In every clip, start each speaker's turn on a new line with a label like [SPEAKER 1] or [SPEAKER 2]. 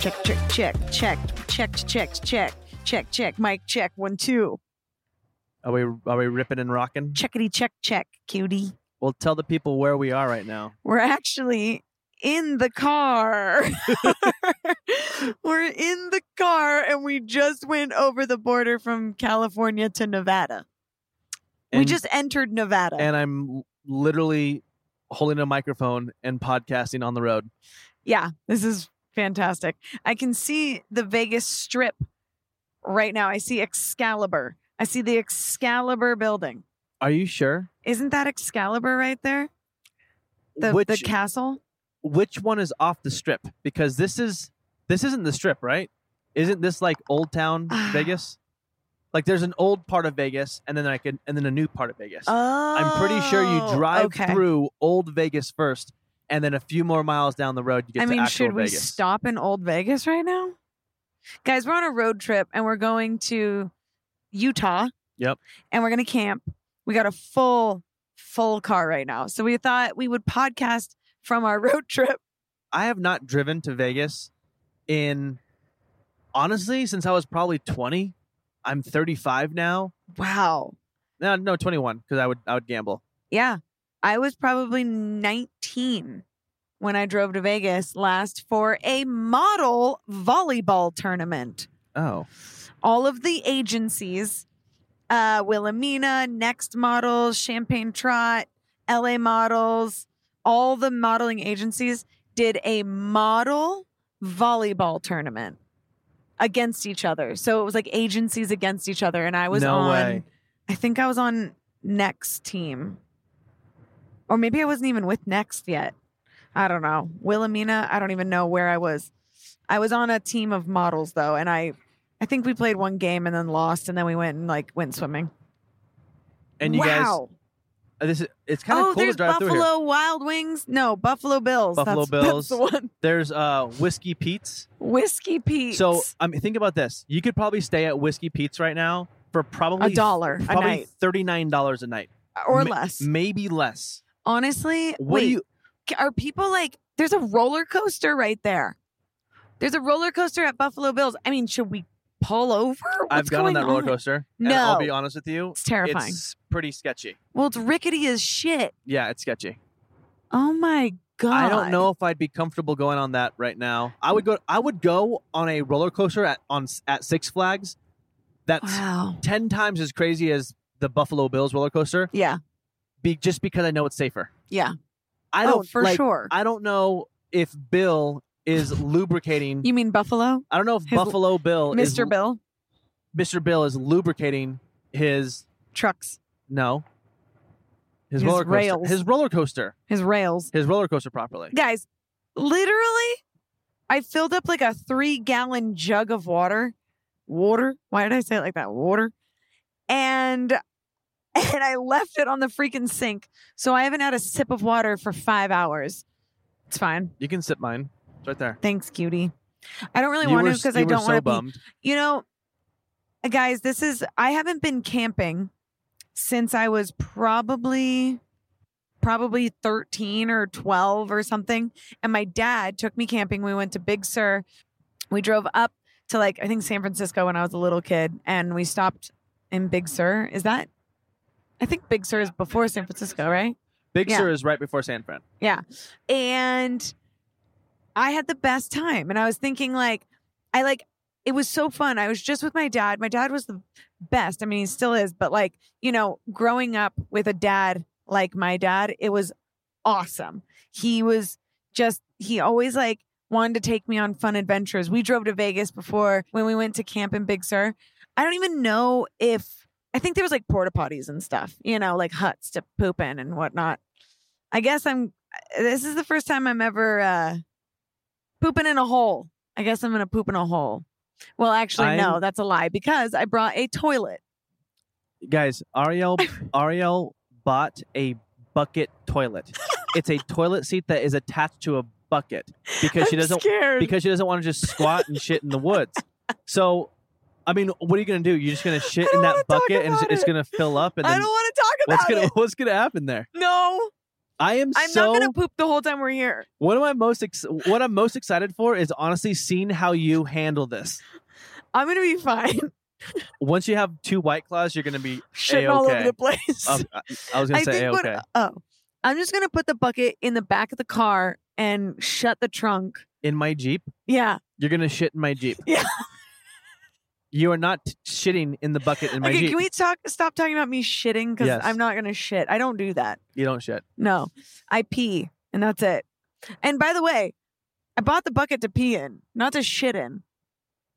[SPEAKER 1] check, check, checked, checked, check, check, check, mic check, one, two.
[SPEAKER 2] Are we are we ripping and rocking?
[SPEAKER 1] Checkity check check, cutie.
[SPEAKER 2] Well, tell the people where we are right now.
[SPEAKER 1] We're actually in the car. We're in the car and we just went over the border from California to Nevada. we
[SPEAKER 2] And-
[SPEAKER 1] just entered Nevada.
[SPEAKER 2] and I'm literally holding a microphone and podcasting on the road.
[SPEAKER 1] yeah, this is fantastic. I can see the Vegas Strip right now. I see Excalibur. I see the Excalibur building.
[SPEAKER 2] Are you sure?
[SPEAKER 1] Isn't that Excalibur right there? The,
[SPEAKER 2] which
[SPEAKER 1] the castle?
[SPEAKER 2] which one is off the strip? Because this is this isn't the strip, right? Isn't this like Old Town
[SPEAKER 1] Ah.
[SPEAKER 2] Vegas? Like there's an old part of Vegas and then like an, and then a new part of Vegas.
[SPEAKER 1] Oh,
[SPEAKER 2] I'm pretty sure you drive
[SPEAKER 1] okay.
[SPEAKER 2] through old Vegas first and then a few more miles down the road you get
[SPEAKER 1] I
[SPEAKER 2] to
[SPEAKER 1] mean,
[SPEAKER 2] actual
[SPEAKER 1] should we
[SPEAKER 2] Vegas.
[SPEAKER 1] stop in Old Vegas right now? Guys, we're on a road trip and we're going to Utah.
[SPEAKER 2] Yep.
[SPEAKER 1] And we're going to camp. We got a full, full car right now. So we thought we would podcast from our road trip.
[SPEAKER 2] I have not driven to Vegas in honestly since I was probably 20. I'm 35 now.
[SPEAKER 1] Wow.
[SPEAKER 2] No, no, 21 because I would I would gamble.
[SPEAKER 1] Yeah. I was probably 19 when I drove to Vegas last for a model volleyball tournament.
[SPEAKER 2] Oh,
[SPEAKER 1] all of the agencies uh Wilhelmina, Next Models, Champagne Trot, LA Models, all the modeling agencies did a model volleyball tournament against each other. So it was like agencies against each other and I was
[SPEAKER 2] no
[SPEAKER 1] on
[SPEAKER 2] way.
[SPEAKER 1] I think I was on Next team. Or maybe I wasn't even with Next yet. I don't know. Wilhelmina, I don't even know where I was. I was on a team of models though, and I I think we played one game and then lost, and then we went and like went swimming.
[SPEAKER 2] And you
[SPEAKER 1] wow.
[SPEAKER 2] guys, this is, it's kind of
[SPEAKER 1] Oh,
[SPEAKER 2] cool to
[SPEAKER 1] there's
[SPEAKER 2] drive through here.
[SPEAKER 1] Buffalo Wild Wings. No, Buffalo Bills.
[SPEAKER 2] Buffalo
[SPEAKER 1] that's, that's
[SPEAKER 2] Bills.
[SPEAKER 1] the one.
[SPEAKER 2] There's uh Whiskey Pete's.
[SPEAKER 1] Whiskey Pete's.
[SPEAKER 2] So I mean, think about this. You could probably stay at Whiskey Pete's right now for probably
[SPEAKER 1] a dollar a
[SPEAKER 2] probably
[SPEAKER 1] night
[SPEAKER 2] thirty nine dollars a night,
[SPEAKER 1] or
[SPEAKER 2] ma-
[SPEAKER 1] less.
[SPEAKER 2] maybe less.
[SPEAKER 1] Honestly,
[SPEAKER 2] What do
[SPEAKER 1] wait,
[SPEAKER 2] you?
[SPEAKER 1] are people like? There's a roller coaster right there. There's a roller coaster at Buffalo Bills. I mean, should we pull over? What's
[SPEAKER 2] I've gone on
[SPEAKER 1] going
[SPEAKER 2] that roller coaster. and
[SPEAKER 1] No.
[SPEAKER 2] I'll be honest with you,
[SPEAKER 1] It's terrifying.
[SPEAKER 2] it's pretty sketchy.
[SPEAKER 1] well, it's rickety as shit.
[SPEAKER 2] Yeah, it's sketchy.
[SPEAKER 1] Oh my god! Mm.
[SPEAKER 2] I don't know if I'd be comfortable going on that right now. I would go. I would go on a roller coaster at on s- at Six Flags. That's
[SPEAKER 1] Wow.
[SPEAKER 2] ten times as crazy as the Buffalo Bills roller coaster,
[SPEAKER 1] Yeah.
[SPEAKER 2] be, just because I know it's safer.
[SPEAKER 1] Yeah.
[SPEAKER 2] I don't
[SPEAKER 1] oh, for
[SPEAKER 2] like,
[SPEAKER 1] sure.
[SPEAKER 2] I don't know if Bill is lubricating.
[SPEAKER 1] you mean Buffalo?
[SPEAKER 2] I don't know if
[SPEAKER 1] his-
[SPEAKER 2] Buffalo Bill, is,
[SPEAKER 1] Mr. Bill
[SPEAKER 2] Mr. Bill is lubricating his
[SPEAKER 1] trucks,
[SPEAKER 2] no, his,
[SPEAKER 1] His
[SPEAKER 2] roller coaster,
[SPEAKER 1] rails.
[SPEAKER 2] his roller coaster,
[SPEAKER 1] his rails.
[SPEAKER 2] his roller coaster properly.
[SPEAKER 1] Guys, literally, I filled up like a three gallon jug of water. Water? Why did I say it like that? Water. And and I left it on the freaking sink. So I haven't had a sip of water for five hours. It's fine.
[SPEAKER 2] You can sip mine. It's right there.
[SPEAKER 1] Thanks, cutie. I don't really
[SPEAKER 2] you
[SPEAKER 1] want
[SPEAKER 2] were,
[SPEAKER 1] to because
[SPEAKER 2] you
[SPEAKER 1] I
[SPEAKER 2] were
[SPEAKER 1] don't
[SPEAKER 2] so
[SPEAKER 1] want to be
[SPEAKER 2] bummed.
[SPEAKER 1] You know, guys, this is I haven't been camping since I was probably probably 13 or 12 or something and my dad took me camping. We went to Big Sur. We drove up to like I think San Francisco when I was a little kid and we stopped in Big Sur. Is that I think Big Sur is before San Francisco, right?
[SPEAKER 2] Big
[SPEAKER 1] Yeah.
[SPEAKER 2] Sur is right before San Fran.
[SPEAKER 1] and I had the best time. And I was thinking, like, I like it was so fun. I was just with my dad. My dad was the best. I mean, he still is, but like, you know, growing up with a dad like my dad, it was awesome. He was just, he always like wanted to take me on fun adventures. We drove to Vegas before when we went to camp in Big Sur. I don't even know if, I think there was like porta potties and stuff, you know, like huts to poop in and whatnot. I guess I'm this is the first time I'm ever uh, pooping in a hole. I guess I'm gonna poop in a hole. Well, actually, no,
[SPEAKER 2] I'm-
[SPEAKER 1] that's a lie because I brought a toilet.
[SPEAKER 2] Guys, Ariel Ariel bought a bucket toilet. it's a toilet seat that is attached to a bucket because she
[SPEAKER 1] I'm
[SPEAKER 2] doesn't
[SPEAKER 1] scared.
[SPEAKER 2] because she doesn't want to just squat and shit in the woods. So, I mean, what are you gonna do? You're just gonna shit
[SPEAKER 1] I don't
[SPEAKER 2] in that
[SPEAKER 1] wanna talk
[SPEAKER 2] bucket and it's,
[SPEAKER 1] about
[SPEAKER 2] it's
[SPEAKER 1] it.
[SPEAKER 2] gonna fill up and
[SPEAKER 1] I
[SPEAKER 2] then
[SPEAKER 1] don't want to talk
[SPEAKER 2] what's
[SPEAKER 1] about
[SPEAKER 2] gonna
[SPEAKER 1] it.
[SPEAKER 2] what's gonna happen there?
[SPEAKER 1] No,
[SPEAKER 2] I am
[SPEAKER 1] I'm
[SPEAKER 2] so
[SPEAKER 1] not gonna poop the whole time we're here.
[SPEAKER 2] What am I most ex- what I'm most excited for is honestly seeing how you handle this.
[SPEAKER 1] I'm gonna be fine.
[SPEAKER 2] Once you have two white claws, you're gonna be.
[SPEAKER 1] Shitting all
[SPEAKER 2] A-okay.
[SPEAKER 1] over the place.
[SPEAKER 2] Um, I- I was gonna
[SPEAKER 1] I
[SPEAKER 2] say
[SPEAKER 1] think
[SPEAKER 2] okay.
[SPEAKER 1] what oh. I'm just gonna put the bucket in the back of the car and shut the trunk.
[SPEAKER 2] in my jeep,
[SPEAKER 1] Yeah.
[SPEAKER 2] you're gonna shit in my jeep.
[SPEAKER 1] Yeah.
[SPEAKER 2] You are not shitting in the bucket in my
[SPEAKER 1] okay,
[SPEAKER 2] jeep.
[SPEAKER 1] can we talk stop talking about me shitting? Because
[SPEAKER 2] Yes.
[SPEAKER 1] I'm not gonna shit. I don't do that.
[SPEAKER 2] you don't shit.
[SPEAKER 1] No. I pee and that's it. And by the way, I bought the bucket to pee in, not to shit in.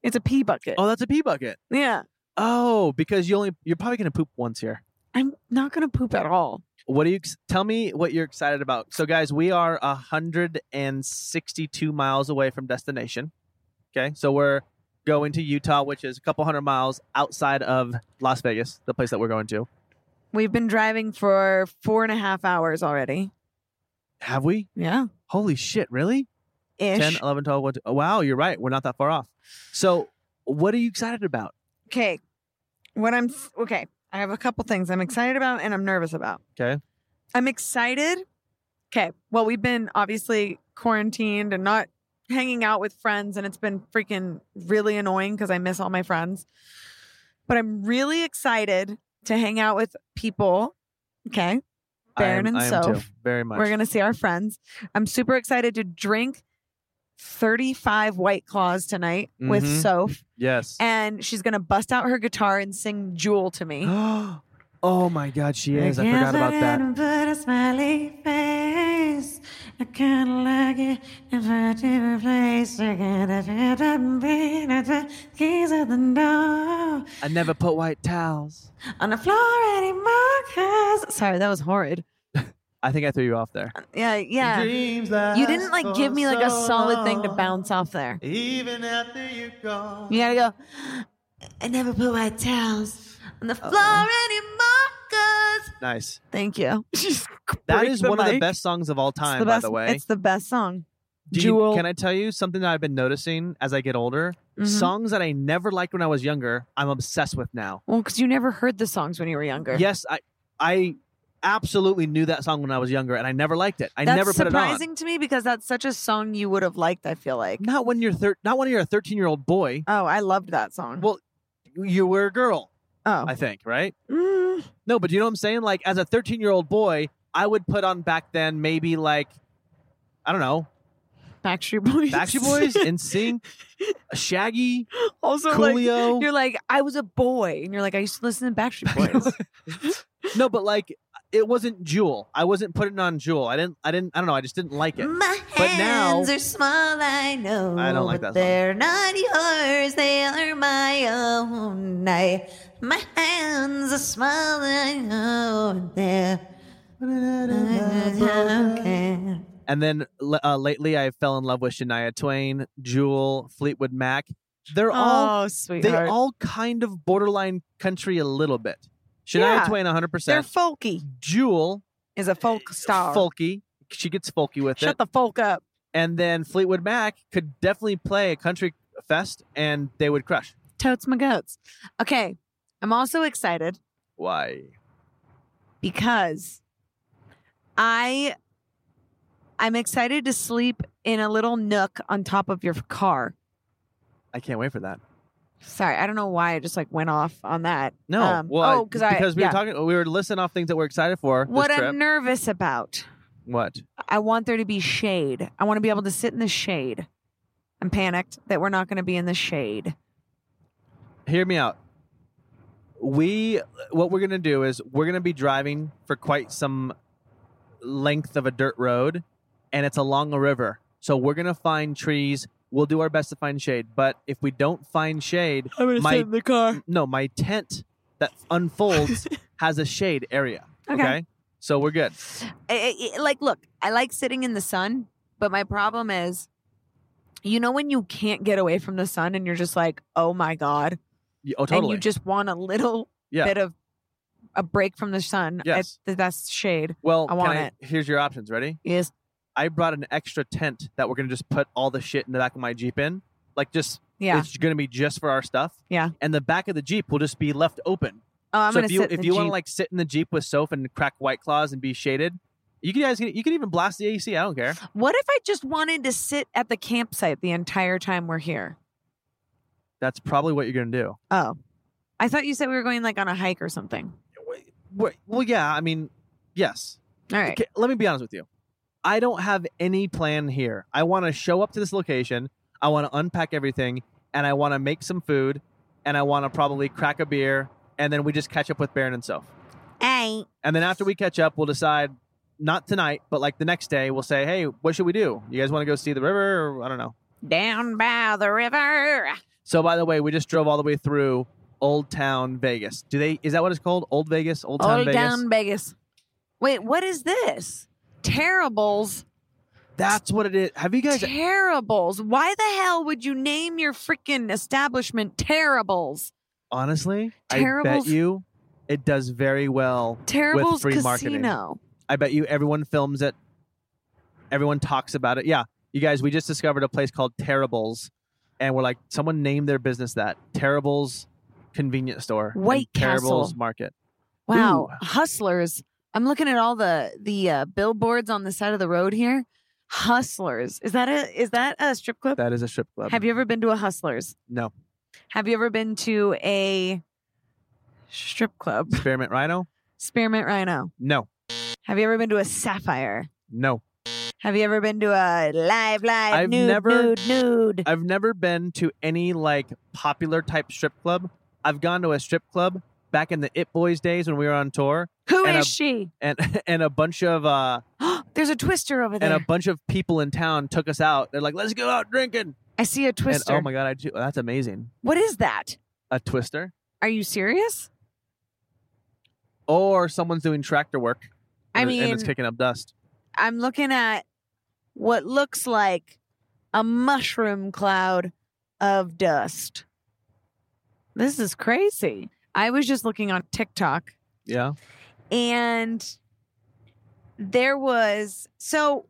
[SPEAKER 1] It's a pee bucket.
[SPEAKER 2] Oh, that's a pee bucket.
[SPEAKER 1] Yeah.
[SPEAKER 2] Oh, because you only you're probably gonna poop once here.
[SPEAKER 1] I'm not gonna poop at all.
[SPEAKER 2] What do you ex- tell me? What you're excited about? So, guys, we are 162 miles away from destination. Okay, so we're going to Utah, which is a couple hundred miles outside of Las Vegas, the place that we're going to.
[SPEAKER 1] We've been driving for four and a half hours already.
[SPEAKER 2] Have we?
[SPEAKER 1] Yeah.
[SPEAKER 2] Holy shit! Really?
[SPEAKER 1] Ish.
[SPEAKER 2] 10, 11, 12. What? oh, wow, you're right. We're not that far off. So, what are you excited about?
[SPEAKER 1] Okay. What I'm okay. I have a couple things I'm excited about and I'm nervous about.
[SPEAKER 2] Okay.
[SPEAKER 1] I'm excited. Okay. Well, we've been obviously quarantined and not hanging out with friends, and it's been freaking really annoying because I miss all my friends. But I'm really excited to hang out with people. Okay. Baron
[SPEAKER 2] I am,
[SPEAKER 1] and
[SPEAKER 2] I am too,
[SPEAKER 1] Soph.
[SPEAKER 2] very much.
[SPEAKER 1] We're going to see our friends. I'm super excited to drink 35 White Claws tonight with
[SPEAKER 2] Mhm.
[SPEAKER 1] Soph
[SPEAKER 2] yes.
[SPEAKER 1] and she's gonna bust out her guitar and sing "Jewel" to me.
[SPEAKER 2] oh my God, she is. I forgot about that.
[SPEAKER 1] Put a smiley face. I kind of like it if I did replace. I gotta shut up and beat at the keys at the door
[SPEAKER 2] I never put white towels.
[SPEAKER 1] on the floor anymore. 'cause-" Sorry, that was horrid.
[SPEAKER 2] I think I threw you off there.
[SPEAKER 1] Yeah, yeah. You didn't like give me like a solid thing to bounce off there.
[SPEAKER 3] Even after you gone.
[SPEAKER 1] You gotta go. I never put white towels on the floor anymore. 'cause-"
[SPEAKER 2] Nice.
[SPEAKER 1] Thank you.
[SPEAKER 2] That
[SPEAKER 1] Break
[SPEAKER 2] is
[SPEAKER 1] the
[SPEAKER 2] one of the
[SPEAKER 1] mic.
[SPEAKER 2] best songs of all
[SPEAKER 1] It's
[SPEAKER 2] time,
[SPEAKER 1] the
[SPEAKER 2] by
[SPEAKER 1] best,
[SPEAKER 2] the way.
[SPEAKER 1] It's the best song.
[SPEAKER 2] Do you-
[SPEAKER 1] Jewel.
[SPEAKER 2] can I tell you something that I've been noticing as I get older?
[SPEAKER 1] Mhm.
[SPEAKER 2] Songs that I never liked when I was younger, I'm obsessed with now.
[SPEAKER 1] Well, because you never heard the songs when you were younger.
[SPEAKER 2] Yes, I I absolutely knew that song when I was younger and I never liked it. I
[SPEAKER 1] that's
[SPEAKER 2] never put
[SPEAKER 1] surprising to me because that's such a song you would have liked. I feel like.
[SPEAKER 2] it on. Not when you're thir- not when you're a 13-year-old boy.
[SPEAKER 1] Oh, I loved that song.
[SPEAKER 2] Well, You were a girl,
[SPEAKER 1] oh,
[SPEAKER 2] I think, right?
[SPEAKER 1] Mm,
[SPEAKER 2] No, but you know what I'm saying? Like as a 13-year-old boy, I would put on back then maybe like I don't know,
[SPEAKER 1] Backstreet Boys.
[SPEAKER 2] Backstreet Boys, NSYNC, Shaggy,
[SPEAKER 1] also, like
[SPEAKER 2] Coolio.
[SPEAKER 1] you're like I was a boy, and you're like I used to listen to Backstreet Boys.
[SPEAKER 2] No, but like it wasn't Jewel. I wasn't putting on Jewel. I didn't. I didn't. I don't know. I just didn't like it.
[SPEAKER 4] My
[SPEAKER 2] But now-
[SPEAKER 4] hands are small, I know.
[SPEAKER 2] I don't like
[SPEAKER 4] but
[SPEAKER 2] that song.
[SPEAKER 4] They're not yours, they are my own. I, my hands are small, I know. They're okay.
[SPEAKER 2] And then l- uh, lately, I fell in love with Shania Twain, Jewel, Fleetwood Mac. They're all
[SPEAKER 1] oh,
[SPEAKER 2] they
[SPEAKER 1] sweetheart.
[SPEAKER 2] all kind of borderline country a little bit. Shania
[SPEAKER 1] Yeah.
[SPEAKER 2] Twain, one hundred
[SPEAKER 1] They're
[SPEAKER 2] percent.
[SPEAKER 1] folky.
[SPEAKER 2] Jewel,
[SPEAKER 1] Is a
[SPEAKER 2] Eh,
[SPEAKER 1] folk star.
[SPEAKER 2] folky. She gets folky with
[SPEAKER 1] Shut
[SPEAKER 2] it.
[SPEAKER 1] the folk up.
[SPEAKER 2] and then Fleetwood Mac could definitely play a country fest, and they would crush.
[SPEAKER 1] Totes my goats. Okay, I'm also excited
[SPEAKER 2] Why?
[SPEAKER 1] because I I'm excited to sleep in a little nook on top of your car.
[SPEAKER 2] I can't wait for that.
[SPEAKER 1] Sorry, I don't know why I just like went off on that.
[SPEAKER 2] No,
[SPEAKER 1] Um,
[SPEAKER 2] well, I-
[SPEAKER 1] oh, 'cause I-
[SPEAKER 2] because we
[SPEAKER 1] yeah.
[SPEAKER 2] were talking, we were listing off things that we're excited for. this
[SPEAKER 1] What
[SPEAKER 2] trip.
[SPEAKER 1] I'm nervous about.
[SPEAKER 2] What?
[SPEAKER 1] I want there to be shade. I want to be able to sit in the shade. I'm panicked that we're not going to be in the shade.
[SPEAKER 2] Hear me out. We what we're gonna do is we're gonna be driving for quite some length of a dirt road, and it's along a river. So we're gonna find trees. We'll do our best to find shade, but if we don't find shade,
[SPEAKER 1] I'm going
[SPEAKER 2] sit My- in
[SPEAKER 1] the car.
[SPEAKER 2] no, my tent that unfolds has a shade area.
[SPEAKER 1] Okay.
[SPEAKER 2] so we're good.
[SPEAKER 1] like, look, I like sitting in the sun, but my problem is, you know, when you can't get away from the sun and you're just like, oh my God,
[SPEAKER 2] Y- Oh, totally.
[SPEAKER 1] and you just want a little
[SPEAKER 2] Yeah.
[SPEAKER 1] bit of a break from the sun
[SPEAKER 2] Yes.
[SPEAKER 1] at the best shade.
[SPEAKER 2] well,
[SPEAKER 1] I
[SPEAKER 2] can
[SPEAKER 1] want it.
[SPEAKER 2] Here's your options. Ready?
[SPEAKER 1] Yes.
[SPEAKER 2] I brought an extra tent that we're gonna just put all the shit in the back of my Jeep in. Like just
[SPEAKER 1] Yeah.
[SPEAKER 2] it's gonna be just for our stuff.
[SPEAKER 1] Yeah.
[SPEAKER 2] And the back of the Jeep will just be left open.
[SPEAKER 1] oh, I'm
[SPEAKER 2] so
[SPEAKER 1] gonna
[SPEAKER 2] if you
[SPEAKER 1] sit in
[SPEAKER 2] if
[SPEAKER 1] the
[SPEAKER 2] you wanna
[SPEAKER 1] Jeep.
[SPEAKER 2] like sit in the Jeep with Soph and crack white claws and be shaded, You can guys, you can even blast the AC. I don't care.
[SPEAKER 1] What if I just wanted to sit at the campsite the entire time we're here?
[SPEAKER 2] That's probably what you're gonna do.
[SPEAKER 1] Oh, I thought you said we were going like on a hike or something.
[SPEAKER 2] Wait, well, yeah. I mean, yes.
[SPEAKER 1] All right.
[SPEAKER 2] Okay, let me be honest with you. I don't have any plan here. I want to show up to this location. I want to unpack everything, and I want to make some food, and I want to probably crack a beer, and then we just catch up with Baron and Soph.
[SPEAKER 1] Hey.
[SPEAKER 2] And then after we catch up, we'll decide not tonight, but like the next day, we'll say, hey, what should we do? You guys want to go see the river? Or I don't know.
[SPEAKER 1] Down by the river.
[SPEAKER 2] So by the way, we just drove all the way through Old Town Vegas. Do they? Is that what it's called? Old Vegas, Old Town
[SPEAKER 1] Old
[SPEAKER 2] Vegas.
[SPEAKER 1] Town Vegas. Wait, what is this? Terribles.
[SPEAKER 2] That's what it is. Have you guys?
[SPEAKER 1] Terribles. Why the hell would you name your freaking establishment Terribles?
[SPEAKER 2] Honestly, I
[SPEAKER 1] Terribles-
[SPEAKER 2] bet you it does very well.
[SPEAKER 1] Terribles
[SPEAKER 2] free
[SPEAKER 1] Casino.
[SPEAKER 2] marketing. I bet you everyone films it. Everyone talks about it. Yeah, you guys, we just discovered a place called Terribles, and we're like, someone named their business that Terribles convenience store, and
[SPEAKER 1] White
[SPEAKER 2] Terribles
[SPEAKER 1] Castle.
[SPEAKER 2] Market.
[SPEAKER 1] Wow,
[SPEAKER 2] Ooh.
[SPEAKER 1] Hustlers. I'm looking at all the the uh, billboards on the side of the road here. Hustlers. Is that a is that a strip club?
[SPEAKER 2] That is a strip club.
[SPEAKER 1] Have you ever been to a Hustlers?
[SPEAKER 2] No.
[SPEAKER 1] Have you ever been to a strip club?
[SPEAKER 2] Spearmint Rhino?
[SPEAKER 1] Spearmint Rhino.
[SPEAKER 2] No,
[SPEAKER 1] Have you ever been to a Sapphire?
[SPEAKER 2] no.
[SPEAKER 1] Have you ever been to a live live
[SPEAKER 2] I've
[SPEAKER 1] nude
[SPEAKER 2] never-
[SPEAKER 1] nude nude?
[SPEAKER 2] I've never been to any like popular type strip club. I've gone to a strip club back in the It Boys days when we were on tour,
[SPEAKER 1] Who
[SPEAKER 2] and
[SPEAKER 1] is
[SPEAKER 2] a-
[SPEAKER 1] she?
[SPEAKER 2] and and a bunch of uh
[SPEAKER 1] There's a twister over
[SPEAKER 2] and
[SPEAKER 1] there.
[SPEAKER 2] a bunch of people in town took us out. They're like, "Let's go out drinking."
[SPEAKER 1] I see a
[SPEAKER 2] And
[SPEAKER 1] twister.
[SPEAKER 2] oh my god, I do. That's amazing.
[SPEAKER 1] what is that?
[SPEAKER 2] A twister,
[SPEAKER 1] Are you serious?
[SPEAKER 2] or someone's doing tractor work.
[SPEAKER 1] I
[SPEAKER 2] and it- and
[SPEAKER 1] mean,
[SPEAKER 2] it's kicking up dust.
[SPEAKER 1] I'm looking at what looks like a mushroom cloud of dust. This is crazy. I was just looking on TikTok
[SPEAKER 2] Yeah.
[SPEAKER 1] and there was so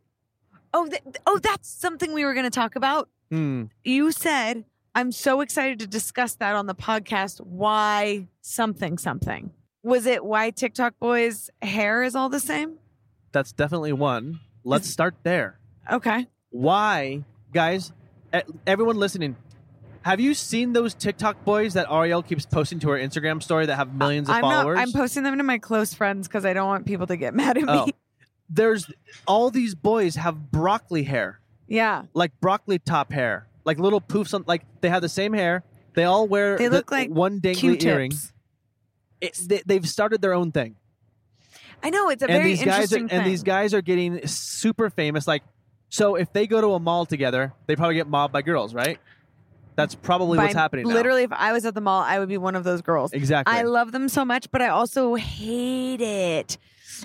[SPEAKER 1] oh th- oh that's something we were going to talk about.
[SPEAKER 2] Hmm.
[SPEAKER 1] You said I'm so excited to discuss that on the podcast why something something. Was it why TikTok boys hair is all the same?
[SPEAKER 2] That's definitely one. Let's start there.
[SPEAKER 1] Okay.
[SPEAKER 2] Why, guys? e- Everyone listening, have you seen those TikTok boys that Ariel keeps posting to her Instagram story that have millions of
[SPEAKER 1] I'm
[SPEAKER 2] followers?
[SPEAKER 1] Not, I'm posting them to my close friends because I don't want people to get mad at me.
[SPEAKER 2] Oh. There's all these boys have broccoli hair,
[SPEAKER 1] Yeah,
[SPEAKER 2] like broccoli top hair, like little poofs on. Like they have the same hair. They all wear.
[SPEAKER 1] They
[SPEAKER 2] the-
[SPEAKER 1] look like
[SPEAKER 2] one dangly
[SPEAKER 1] Q-tips.
[SPEAKER 2] earring. It's, they, they've started their own thing.
[SPEAKER 1] I know it's a
[SPEAKER 2] and
[SPEAKER 1] very
[SPEAKER 2] these guys are,
[SPEAKER 1] interesting thing.
[SPEAKER 2] and these guys are getting super famous like so if they go to a mall together they probably get mobbed by girls right that's probably
[SPEAKER 1] By-
[SPEAKER 2] what's happening now.
[SPEAKER 1] Literally, if I was at the mall, I would be one of those girls.
[SPEAKER 2] exactly
[SPEAKER 1] I love them so much, but I also hate it.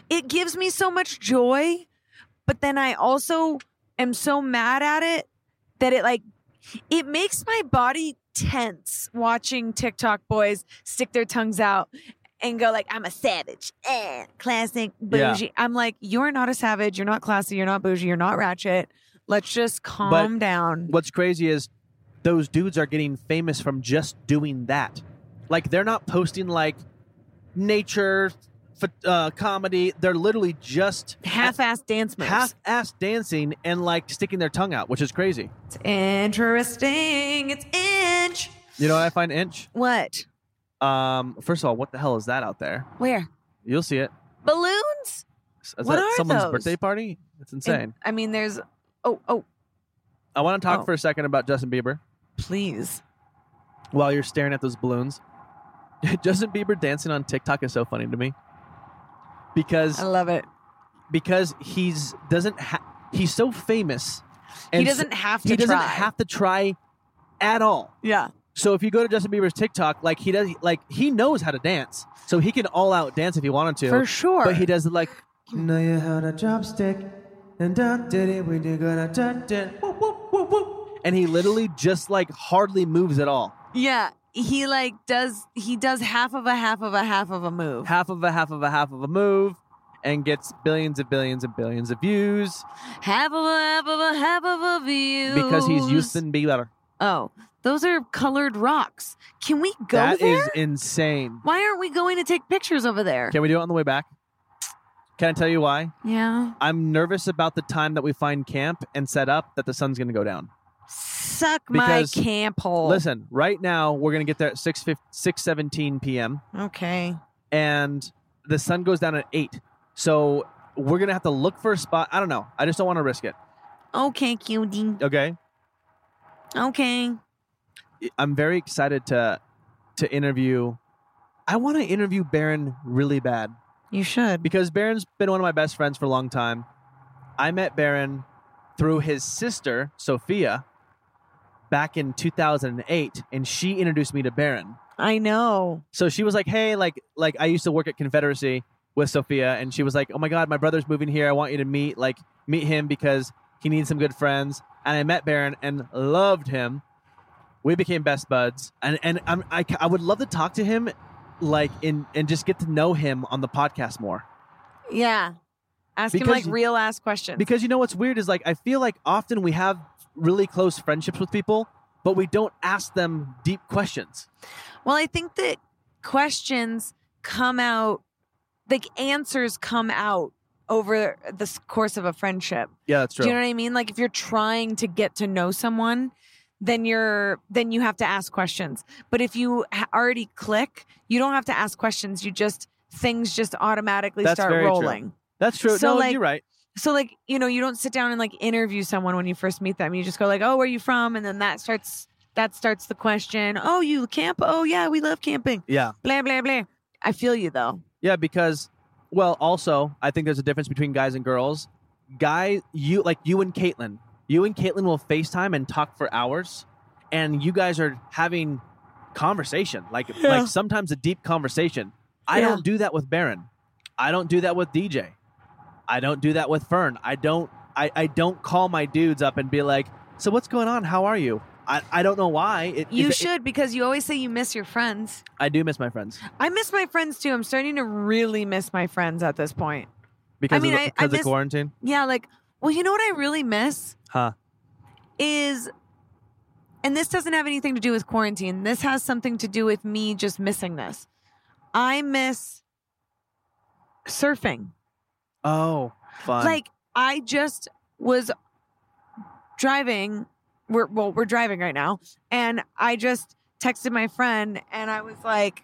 [SPEAKER 1] It gives me so much joy, but then I also am so mad at it that it like it makes my body tense watching TikTok boys stick their tongues out and go like I'm a savage. Eh, classic
[SPEAKER 2] Yeah.
[SPEAKER 1] bougie. I'm like you're not a savage, you're not classy, you're not bougie, you're not ratchet. Let's just calm down.
[SPEAKER 2] what's crazy is those dudes are getting famous from just doing that like they're not posting like nature ph- uh, comedy they're literally just
[SPEAKER 1] Half-ass dance moves.
[SPEAKER 2] half-ass dancing and like sticking their tongue out which is crazy
[SPEAKER 1] it's interesting. It's inch.
[SPEAKER 2] you know what i find inch
[SPEAKER 1] What?
[SPEAKER 2] um first of all what the hell is that out there
[SPEAKER 1] Where?
[SPEAKER 2] you'll see it
[SPEAKER 1] Balloons?
[SPEAKER 2] Is
[SPEAKER 1] What
[SPEAKER 2] that
[SPEAKER 1] are
[SPEAKER 2] someone's
[SPEAKER 1] those?
[SPEAKER 2] birthday party? It's insane.
[SPEAKER 1] And- I mean, there's. Oh, oh,
[SPEAKER 2] I want to talk
[SPEAKER 1] Oh.
[SPEAKER 2] for a second about Justin Bieber
[SPEAKER 1] please.
[SPEAKER 2] while you're staring at those balloons. Justin Bieber dancing on TikTok is so funny to me
[SPEAKER 1] I
[SPEAKER 2] because
[SPEAKER 1] love it.
[SPEAKER 2] because he's doesn't ha- he's so famous
[SPEAKER 1] He
[SPEAKER 2] and so-
[SPEAKER 1] doesn't have to
[SPEAKER 2] he doesn't
[SPEAKER 1] try.
[SPEAKER 2] have to try at all.
[SPEAKER 1] yeah.
[SPEAKER 2] So if you go to Justin Bieber's TikTok, like he does, like he knows how to dance, so he can all out dance if he wanted to.
[SPEAKER 1] For sure.
[SPEAKER 2] But he does it like
[SPEAKER 3] You know you had a chopstick and ducked it when you gonna duck it. Whoop, whoop, whoop, whoop.
[SPEAKER 2] and he literally just like hardly moves at all.
[SPEAKER 1] yeah. He like does, he does half of a half of a half of a move.
[SPEAKER 2] half of a half of a half of a move and gets billions and billions and billions of views
[SPEAKER 1] Half of a half of a half of a view.
[SPEAKER 2] because he's Houston Bieber.
[SPEAKER 1] Oh, those are colored rocks. Can we go
[SPEAKER 2] That is
[SPEAKER 1] there?
[SPEAKER 2] insane.
[SPEAKER 1] Why aren't we going to take pictures over there?
[SPEAKER 2] Can we do it on the way back? Can I tell you why?
[SPEAKER 1] Yeah.
[SPEAKER 2] I'm nervous about the time that we find camp and set up that the sun's going to go down.
[SPEAKER 1] Suck
[SPEAKER 2] Because-
[SPEAKER 1] my camp hole.
[SPEAKER 2] Listen, right now we're going to get there at 6 17 p.m.
[SPEAKER 1] Okay.
[SPEAKER 2] and the sun goes down at 8. So we're going to have to look for a spot. I don't know. I just don't want to risk it.
[SPEAKER 1] Okay, cutie.
[SPEAKER 2] Okay?
[SPEAKER 1] Okay.
[SPEAKER 2] I'm very excited to to interview I want to interview Baron really bad.
[SPEAKER 1] You should.
[SPEAKER 2] because Baron's been one of my best friends for a long time. I met Baron through his sister, Sophia, back in 2008, and she introduced me to Baron.
[SPEAKER 1] I know.
[SPEAKER 2] So she was like, "Hey, like like I used to work at Confederacy with Sophia and she was like, "Oh my god, my brother's moving here. I want you to meet like meet him because he needs some good friends." And I met Baron and loved him. We became best buds. And and I'm, I I would love to talk to him like in and just get to know him on the podcast more.
[SPEAKER 1] Yeah. Ask him
[SPEAKER 2] Because-
[SPEAKER 1] like real ass questions.
[SPEAKER 2] Because you know what's weird is like I feel like often we have really close friendships with people, but we don't ask them deep questions.
[SPEAKER 1] well, I think that questions come out, like answers come out over the s- course of a friendship.
[SPEAKER 2] Yeah, that's
[SPEAKER 1] Do you know what I mean? Like if you're trying to get to know someone, then you're then you have to ask questions. But if you ha- already click, you don't have to ask questions. You just things just automatically
[SPEAKER 2] That's
[SPEAKER 1] start
[SPEAKER 2] very true.
[SPEAKER 1] rolling.
[SPEAKER 2] that's true.
[SPEAKER 1] So,
[SPEAKER 2] no,
[SPEAKER 1] like-
[SPEAKER 2] you're right.
[SPEAKER 1] So like, you know, you don't sit down and like interview someone when you first meet them. You just go like, "Oh, where are you from?" and then that starts that starts the question. "Oh, you camp? Oh, yeah, we love camping."
[SPEAKER 2] Yeah,
[SPEAKER 1] Blah blah blah. I feel you though.
[SPEAKER 2] yeah. Because well, also I think there's a difference between guys and girls. Guy, you like you and Caitlin. You and Caitlin will FaceTime and talk for hours, and you guys are having conversation, like
[SPEAKER 1] Yeah.
[SPEAKER 2] like sometimes a deep conversation. I
[SPEAKER 1] Yeah.
[SPEAKER 2] don't do that with Baron. I don't do that with DJ. I don't do that with Fern. I don't I, I don't call my dudes up and be like, so what's going on? How are you? I, I don't know why. It,
[SPEAKER 1] You
[SPEAKER 2] it-
[SPEAKER 1] should because you always say you miss your friends.
[SPEAKER 2] I do miss my friends
[SPEAKER 1] I miss my friends too. I'm starting to really miss my friends at this point.
[SPEAKER 2] because
[SPEAKER 1] mean,
[SPEAKER 2] of, the-
[SPEAKER 1] I- I
[SPEAKER 2] because
[SPEAKER 1] miss-
[SPEAKER 2] of quarantine.
[SPEAKER 1] Yeah, like, well, you know what I really miss?
[SPEAKER 2] Huh.
[SPEAKER 1] Is, and this doesn't have anything to do with quarantine. This has something to do with me just missing this. I miss surfing.
[SPEAKER 2] Oh, fun.
[SPEAKER 1] Like, I just was driving. We're, well, we're driving right now. And I just texted my friend and I was like,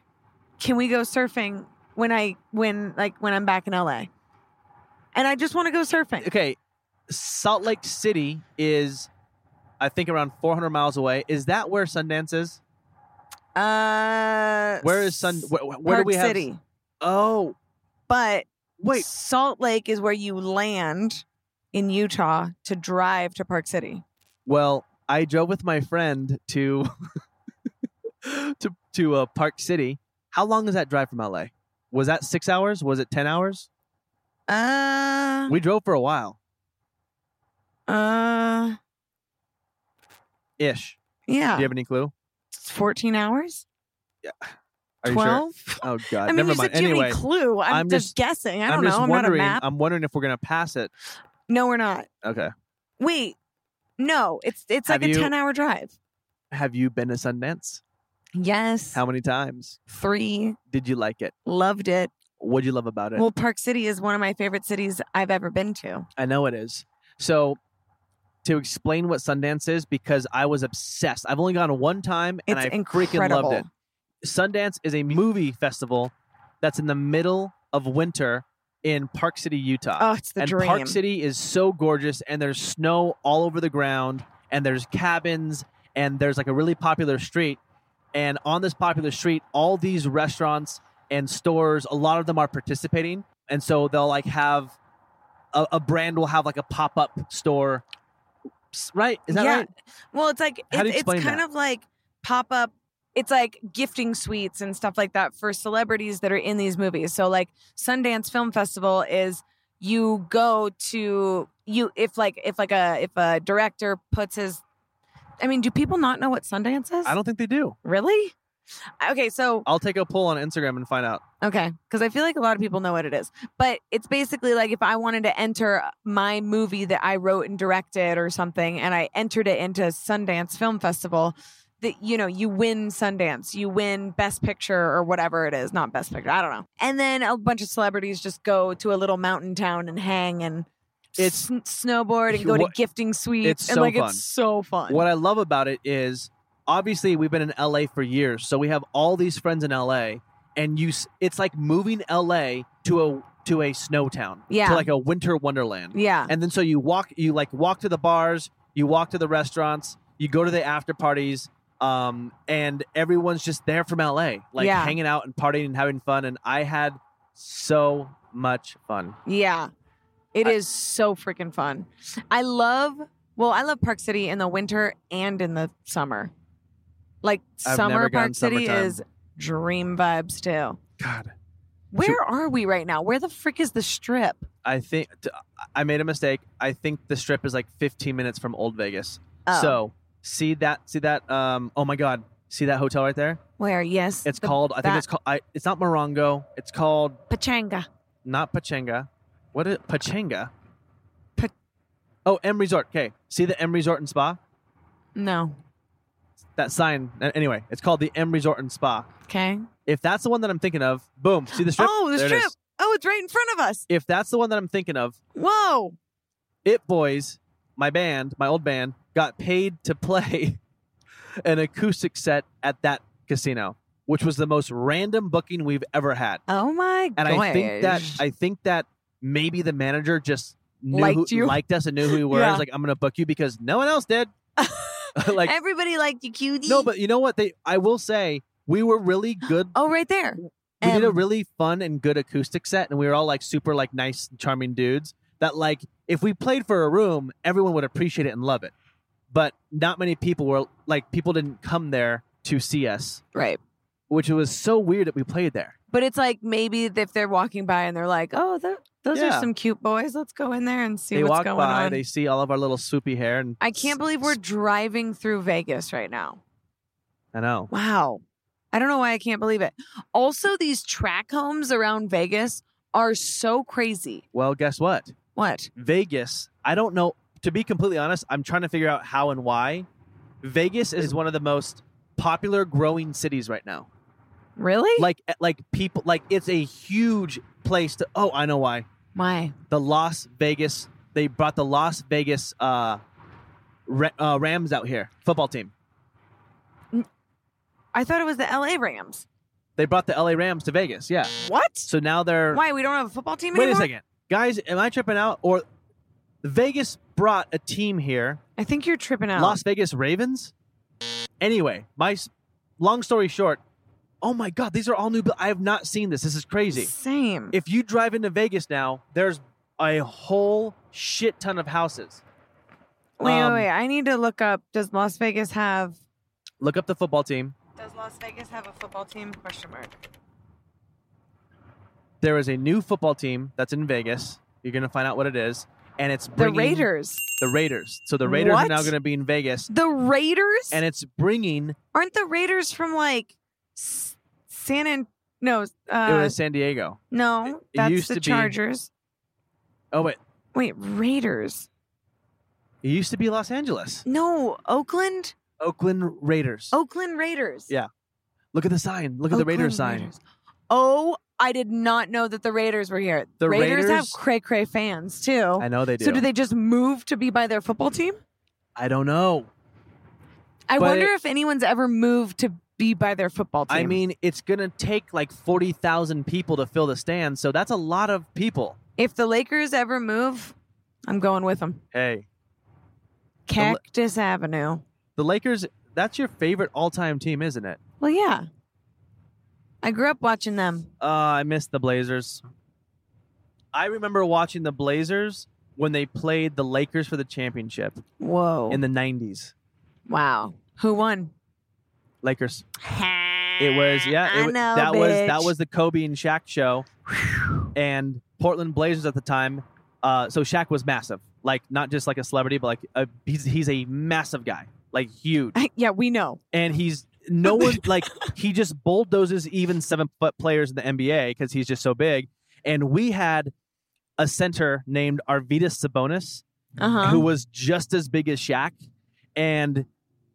[SPEAKER 1] can we go surfing when I, when, like, when I'm back in LA? And I just want to go surfing.
[SPEAKER 2] okay, Salt Lake City is, I think, around 400 miles away. Is that where Sundance is?
[SPEAKER 1] Uh,
[SPEAKER 2] Where is Sun? Where, where
[SPEAKER 1] Park
[SPEAKER 2] do we have?
[SPEAKER 1] City?
[SPEAKER 2] Oh,
[SPEAKER 1] But
[SPEAKER 2] wait.
[SPEAKER 1] Salt Lake is where you land in Utah to drive to Park City.
[SPEAKER 2] Well, I drove with my friend to to to uh, Park City. How long is that drive from LA? Was that six hours? Was it ten hours?
[SPEAKER 1] Uh,
[SPEAKER 2] We drove for a while,
[SPEAKER 1] uh,
[SPEAKER 2] ish. Do
[SPEAKER 1] yeah,
[SPEAKER 2] you have any clue?
[SPEAKER 1] It's fourteen hours,
[SPEAKER 2] Are you
[SPEAKER 1] twelve.
[SPEAKER 2] sure? Oh God,
[SPEAKER 1] I mean,
[SPEAKER 2] never
[SPEAKER 1] you
[SPEAKER 2] mind.
[SPEAKER 1] said do you have
[SPEAKER 2] Anyway,
[SPEAKER 1] any clue? I'm,
[SPEAKER 2] I'm
[SPEAKER 1] just,
[SPEAKER 2] just-
[SPEAKER 1] guessing. I don't
[SPEAKER 2] am
[SPEAKER 1] know.
[SPEAKER 2] just
[SPEAKER 1] I'm not a
[SPEAKER 2] wondering. uh
[SPEAKER 1] map.
[SPEAKER 2] I'm wondering if we're gonna pass it.
[SPEAKER 1] no, we're not.
[SPEAKER 2] Okay.
[SPEAKER 1] Wait, no, it's it's like
[SPEAKER 2] Have
[SPEAKER 1] a
[SPEAKER 2] you-
[SPEAKER 1] ten hour drive.
[SPEAKER 2] Have you been to Sundance?
[SPEAKER 1] Yes,
[SPEAKER 2] How many times?
[SPEAKER 1] three
[SPEAKER 2] Did you like it?
[SPEAKER 1] loved it.
[SPEAKER 2] What'd you love about it?
[SPEAKER 1] Well, Park City is one of my favorite cities I've ever been to.
[SPEAKER 2] I know it is. So, to explain what Sundance is, because I was obsessed. I've only gone one time and
[SPEAKER 1] It's
[SPEAKER 2] I freaking
[SPEAKER 1] incredible.
[SPEAKER 2] loved it. Sundance is a movie festival that's in the middle of winter in Park City, Utah.
[SPEAKER 1] Oh, it's the
[SPEAKER 2] and
[SPEAKER 1] dream.
[SPEAKER 2] Park City is so gorgeous, and there's snow all over the ground, and there's cabins, and there's like a really popular street. And on this popular street, all these restaurants and stores, a lot of them are participating. And so they'll like have a, a brand will have like a pop up store. S- Right? Is that
[SPEAKER 1] Yeah.
[SPEAKER 2] right?
[SPEAKER 1] Well, it's like
[SPEAKER 2] How do you
[SPEAKER 1] it's, it's
[SPEAKER 2] explain
[SPEAKER 1] kind
[SPEAKER 2] that?
[SPEAKER 1] of like pop up. It's like gifting suites and stuff like that for celebrities that are in these movies. So like Sundance Film Festival is you go to you if like if like a if a director puts his. I mean, do people not know what Sundance is?
[SPEAKER 2] I don't think they do.
[SPEAKER 1] really. Okay, so
[SPEAKER 2] I'll take a poll on Instagram and find out.
[SPEAKER 1] Okay, because I feel like a lot of people know what it is, but it's basically like if I wanted to enter my movie that I wrote and directed or something, and I entered it into Sundance Film Festival, that you know you win Sundance, you win Best Picture or whatever it is, not Best Picture, I don't know. And then a bunch of celebrities just go to a little mountain town and hang and
[SPEAKER 2] It's-
[SPEAKER 1] sn- snowboard and go
[SPEAKER 2] What-
[SPEAKER 1] to gifting suites.
[SPEAKER 2] it's
[SPEAKER 1] and
[SPEAKER 2] so
[SPEAKER 1] like
[SPEAKER 2] fun.
[SPEAKER 1] it's so fun.
[SPEAKER 2] What I love about it is obviously we've been in LA for years, so we have all these friends in LA, and you s- it's like moving LA to a to a snow town,
[SPEAKER 1] Yeah.
[SPEAKER 2] to like a winter wonderland.
[SPEAKER 1] yeah,
[SPEAKER 2] And then so you walk, you like walk to the bars, you walk to the restaurants, you go to the after parties, um, and everyone's just there from LA, like
[SPEAKER 1] Yeah.
[SPEAKER 2] hanging out and partying and having fun. And I had so much fun.
[SPEAKER 1] yeah, It is
[SPEAKER 2] I-
[SPEAKER 1] so freaking fun. I love. Well, I love Park City in the winter and in the summer. Like
[SPEAKER 2] I've
[SPEAKER 1] summer
[SPEAKER 2] never gone
[SPEAKER 1] Park City
[SPEAKER 2] summertime.
[SPEAKER 1] is dream vibes too.
[SPEAKER 2] God,
[SPEAKER 1] Where are we right now? Where the frick is the strip?
[SPEAKER 2] I think t- I made a mistake. I think the strip is like 15 minutes from Old Vegas.
[SPEAKER 1] Oh,
[SPEAKER 2] So see that, see that. Um, oh my God, see that hotel right there?
[SPEAKER 1] where? Yes,
[SPEAKER 2] It's
[SPEAKER 1] the
[SPEAKER 2] called. I think
[SPEAKER 1] that-
[SPEAKER 2] it's called. I, it's not Morongo. It's called
[SPEAKER 1] Pachanga.
[SPEAKER 2] not Pachanga. What is Pachanga?
[SPEAKER 1] Pa-
[SPEAKER 2] oh, M Resort. Okay, see the M Resort and Spa.
[SPEAKER 1] No,
[SPEAKER 2] That sign. a- Anyway, it's called the M Resort and Spa.
[SPEAKER 1] okay.
[SPEAKER 2] If that's the one that I'm thinking of, boom. See the strip.
[SPEAKER 1] Oh, the
[SPEAKER 2] There it
[SPEAKER 1] strip.
[SPEAKER 2] is.
[SPEAKER 1] Oh, it's right in front of us.
[SPEAKER 2] If that's the one that I'm thinking of,
[SPEAKER 1] Whoa.
[SPEAKER 2] It Boys, my band, my old band, got paid to play an acoustic set at that casino, which was the most random booking we've ever had.
[SPEAKER 1] Oh my god.
[SPEAKER 2] And I think that I think that maybe the manager just knew
[SPEAKER 1] Liked
[SPEAKER 2] who,
[SPEAKER 1] you?
[SPEAKER 2] liked us and knew who we were.
[SPEAKER 1] Yeah.
[SPEAKER 2] I was like, I'm gonna book you because no one else did. like
[SPEAKER 4] Everybody liked you, cutie.
[SPEAKER 2] no, but you know what? They I will say we were really good.
[SPEAKER 1] Oh, right there.
[SPEAKER 2] We did a
[SPEAKER 4] Um,
[SPEAKER 2] really fun and good acoustic set, and we were all like super like nice, and charming dudes. That like if we played for a room, everyone would appreciate it and love it. But not many people were like people didn't come there to see us,
[SPEAKER 1] Right.
[SPEAKER 2] which was so weird that we played there.
[SPEAKER 1] But it's like maybe if they're walking by and they're like, "Oh, tho- those
[SPEAKER 2] Yeah.
[SPEAKER 1] are some cute boys. Let's go in there and see
[SPEAKER 2] they
[SPEAKER 1] what's
[SPEAKER 2] walk
[SPEAKER 1] going
[SPEAKER 2] by,
[SPEAKER 1] on."
[SPEAKER 2] they see all of our little swoopy hair, and
[SPEAKER 1] I can't believe we're driving through Vegas right now.
[SPEAKER 2] I know.
[SPEAKER 1] Wow. I don't know why I can't believe it. Also, these track homes around Vegas are so crazy.
[SPEAKER 2] Well, guess what?
[SPEAKER 1] What?
[SPEAKER 2] Vegas. I don't know. To be completely honest, I'm trying to figure out how and why. Vegas is one of the most popular growing cities right now.
[SPEAKER 1] Really?
[SPEAKER 2] Like eh, like people like it's a huge place to Oh, I know why.
[SPEAKER 1] why?
[SPEAKER 2] The Las Vegas they brought the Las Vegas uh, Ra- uh Rams out here, football team.
[SPEAKER 1] I thought it was the LA Rams.
[SPEAKER 2] They brought the LA Rams to Vegas. Yeah.
[SPEAKER 1] What?
[SPEAKER 2] So now they're
[SPEAKER 1] Er Why? We don't have a football team
[SPEAKER 2] Wait
[SPEAKER 1] anymore?
[SPEAKER 2] a second. Guys, am I tripping out or Vegas brought a team here
[SPEAKER 1] I think you're tripping out.
[SPEAKER 2] Las Vegas Ravens. Anyway, my s- long story short, oh my god, these are all new. bu- I have not seen this. This is crazy.
[SPEAKER 1] Same.
[SPEAKER 2] If you drive into Vegas now, there's a whole shit ton of houses.
[SPEAKER 1] wait,
[SPEAKER 2] um,
[SPEAKER 1] wait, wait. I need to look up. Does Las Vegas have?
[SPEAKER 2] Look up the football team.
[SPEAKER 1] Does Las Vegas have a football team? Question mark.
[SPEAKER 2] There is a new football team that's in Vegas. You're gonna find out what it is, and it's
[SPEAKER 1] The
[SPEAKER 2] bringing
[SPEAKER 1] Raiders.
[SPEAKER 2] The Raiders. So the Raiders
[SPEAKER 1] What?
[SPEAKER 2] are now gonna be in Vegas,
[SPEAKER 1] The Raiders?
[SPEAKER 2] and it's bringing.
[SPEAKER 1] Aren't the Raiders from like S- San An- No,
[SPEAKER 2] it
[SPEAKER 1] uh,
[SPEAKER 2] was San Diego.
[SPEAKER 1] no.
[SPEAKER 2] it
[SPEAKER 1] That's
[SPEAKER 2] used
[SPEAKER 1] the
[SPEAKER 2] to be-
[SPEAKER 1] Chargers.
[SPEAKER 2] Oh wait,
[SPEAKER 1] Wait, Raiders?
[SPEAKER 2] it used to be Los Angeles.
[SPEAKER 1] No, Oakland.
[SPEAKER 2] Oakland Raiders.
[SPEAKER 1] Oakland Raiders.
[SPEAKER 2] Yeah, Look at the sign. Look at the Raiders
[SPEAKER 1] Oh.
[SPEAKER 2] sign.
[SPEAKER 1] Oakland Raiders. Oh, I did not know that the Raiders were here.
[SPEAKER 2] The
[SPEAKER 1] Raiders, have
[SPEAKER 2] Raiders-
[SPEAKER 1] cray cray fans too.
[SPEAKER 2] I know they do.
[SPEAKER 1] Oh. So do they just move to be by their football team?
[SPEAKER 2] I don't know.
[SPEAKER 1] I
[SPEAKER 2] But
[SPEAKER 1] wonder
[SPEAKER 2] it-
[SPEAKER 1] if anyone's ever moved to be by their football team.
[SPEAKER 2] I mean, it's gonna take like forty thousand people to fill the stand, so that's a lot of people.
[SPEAKER 1] if the Lakers ever move, I'm going with them.
[SPEAKER 2] Hey, La-
[SPEAKER 1] Cactus Avenue.
[SPEAKER 2] the Lakers—that's your favorite all-time team, isn't it?
[SPEAKER 1] Well, yeah. I grew up watching them.
[SPEAKER 2] Uh, I miss the Blazers. I remember watching the Blazers when they played the Lakers for the championship
[SPEAKER 1] Whoa.
[SPEAKER 2] in the '90s.
[SPEAKER 1] wow. Who won?
[SPEAKER 2] Lakers. It was yeah. It,
[SPEAKER 4] Ah, I
[SPEAKER 2] wa-
[SPEAKER 4] know,
[SPEAKER 2] that was that
[SPEAKER 4] bitch.
[SPEAKER 2] was the Kobe and Shaq show, and Portland Blazers at the time. Uh, so Shaq was massive, like not just like a celebrity, but like a, he's he's a massive guy, like huge,
[SPEAKER 1] yeah, we know.
[SPEAKER 2] and he's no one like he just bulldozes even seven foot players in the NBA because he's just so big. And we had a center named Arvidas Sabonis
[SPEAKER 1] Uh huh.
[SPEAKER 2] who was just as big as Shaq, and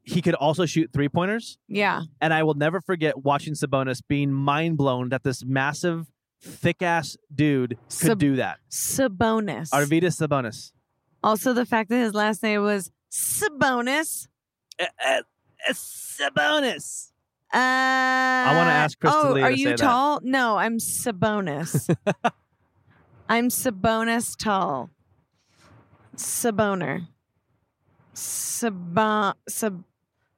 [SPEAKER 2] he could also shoot three pointers.
[SPEAKER 1] Yeah.
[SPEAKER 2] And I will never forget watching Sabonis being mind blown that this massive, thick ass dude could
[SPEAKER 1] Sab-
[SPEAKER 2] do that.
[SPEAKER 1] Sabonis.
[SPEAKER 2] Arvidas Sabonis.
[SPEAKER 1] also, the fact that his last name was Sabonis.
[SPEAKER 2] Uh, uh, uh, Sabonis.
[SPEAKER 1] Uh, I
[SPEAKER 2] wanna ask Chris to
[SPEAKER 1] Oh,
[SPEAKER 2] leave
[SPEAKER 1] are
[SPEAKER 2] to
[SPEAKER 1] you
[SPEAKER 2] say that.
[SPEAKER 1] tall? No, I'm Sabonis. I'm Sabonis tall. Saboner. Sabon. Sab.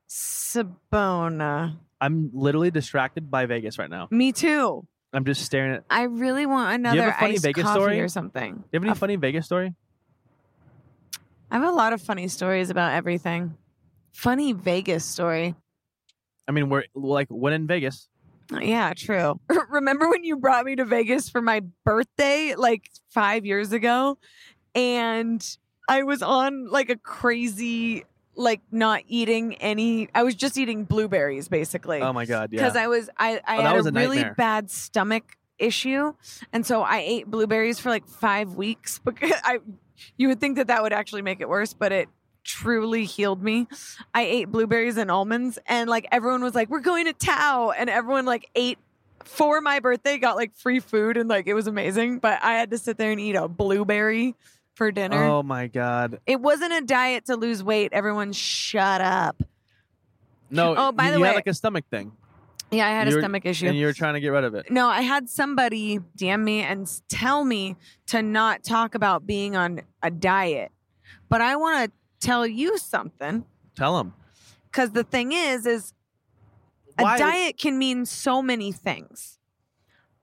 [SPEAKER 1] Sabona.
[SPEAKER 2] I'm literally distracted by Vegas right now.
[SPEAKER 1] Me too.
[SPEAKER 2] I'm just staring at.
[SPEAKER 1] I really want
[SPEAKER 2] have a
[SPEAKER 1] another
[SPEAKER 2] funny
[SPEAKER 1] iced
[SPEAKER 2] Vegas
[SPEAKER 1] coffee
[SPEAKER 2] story?
[SPEAKER 1] or something.
[SPEAKER 2] You have any
[SPEAKER 1] A-
[SPEAKER 2] funny Vegas story?
[SPEAKER 1] I have a lot of funny stories about everything. Funny Vegas story.
[SPEAKER 2] I mean, we're like when in Vegas.
[SPEAKER 1] Oh, Yeah, true. Remember when you brought me to Vegas for my birthday like five years ago? And I was on like a crazy, like not eating any, I was just eating blueberries basically.
[SPEAKER 2] Oh my god, yeah.
[SPEAKER 1] Because I was, I, I
[SPEAKER 2] Oh, that
[SPEAKER 1] had
[SPEAKER 2] was
[SPEAKER 1] a,
[SPEAKER 2] a
[SPEAKER 1] really
[SPEAKER 2] nightmare.
[SPEAKER 1] bad stomach issue. And so I ate blueberries for like five weeks. Because I, you would think that that would actually make it worse, but it, truly healed me. I ate blueberries and almonds, and like everyone was like, "We're going to Tao," and everyone like ate for my birthday, got like free food, and like it was amazing. But I had to sit there and eat a blueberry for dinner.
[SPEAKER 2] oh my god.
[SPEAKER 1] It wasn't a diet to lose weight. Everyone, shut up.
[SPEAKER 2] No.
[SPEAKER 1] Oh, by
[SPEAKER 2] you,
[SPEAKER 1] the
[SPEAKER 2] you had
[SPEAKER 1] way-
[SPEAKER 2] like a stomach thing,
[SPEAKER 1] Yeah, I had
[SPEAKER 2] You
[SPEAKER 1] a
[SPEAKER 2] were-
[SPEAKER 1] stomach issue.
[SPEAKER 2] and you were trying to get rid of it.
[SPEAKER 1] No, I had somebody DM me and s- tell me to not talk about being on a diet. But I want to tell you something
[SPEAKER 2] Tell him.
[SPEAKER 1] because the thing is, is a
[SPEAKER 2] Why,
[SPEAKER 1] diet can mean so many things.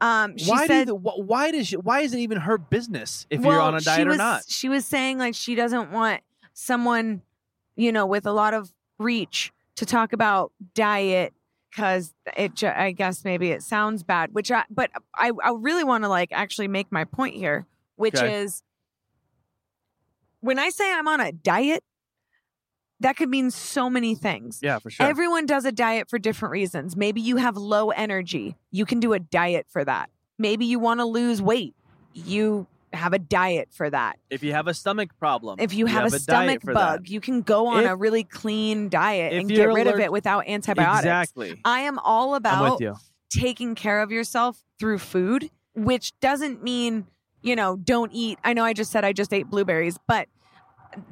[SPEAKER 1] Um, she
[SPEAKER 2] why
[SPEAKER 1] said,
[SPEAKER 2] do the, wh- why does she, why is it even her business if you're
[SPEAKER 1] well,
[SPEAKER 2] on a
[SPEAKER 1] she
[SPEAKER 2] diet
[SPEAKER 1] was,
[SPEAKER 2] or not?
[SPEAKER 1] She was saying like she doesn't want someone, you know, with a lot of reach to talk about diet because it. ju- I guess maybe it sounds bad, which I but I I really want to like actually make my point here, which
[SPEAKER 2] Okay.
[SPEAKER 1] is when I say I'm on a diet, that could mean so many things.
[SPEAKER 2] Yeah, for sure.
[SPEAKER 1] Everyone does a diet for different reasons. Maybe you have low energy. You can do a diet for that. Maybe you want to lose weight. You have a diet for that.
[SPEAKER 2] if you have a stomach problem,
[SPEAKER 1] If you have, a,
[SPEAKER 2] diet
[SPEAKER 1] stomach
[SPEAKER 2] for
[SPEAKER 1] bug, you can go on
[SPEAKER 2] If-
[SPEAKER 1] a really clean diet
[SPEAKER 2] if
[SPEAKER 1] and get
[SPEAKER 2] you're
[SPEAKER 1] rid of
[SPEAKER 2] allerg-
[SPEAKER 1] it without
[SPEAKER 2] that.
[SPEAKER 1] antibiotics.
[SPEAKER 2] exactly.
[SPEAKER 1] I am all
[SPEAKER 2] I'm
[SPEAKER 1] about
[SPEAKER 2] with you.
[SPEAKER 1] taking care of yourself through food, which doesn't mean, you know, don't eat. I know I just said I just ate blueberries, but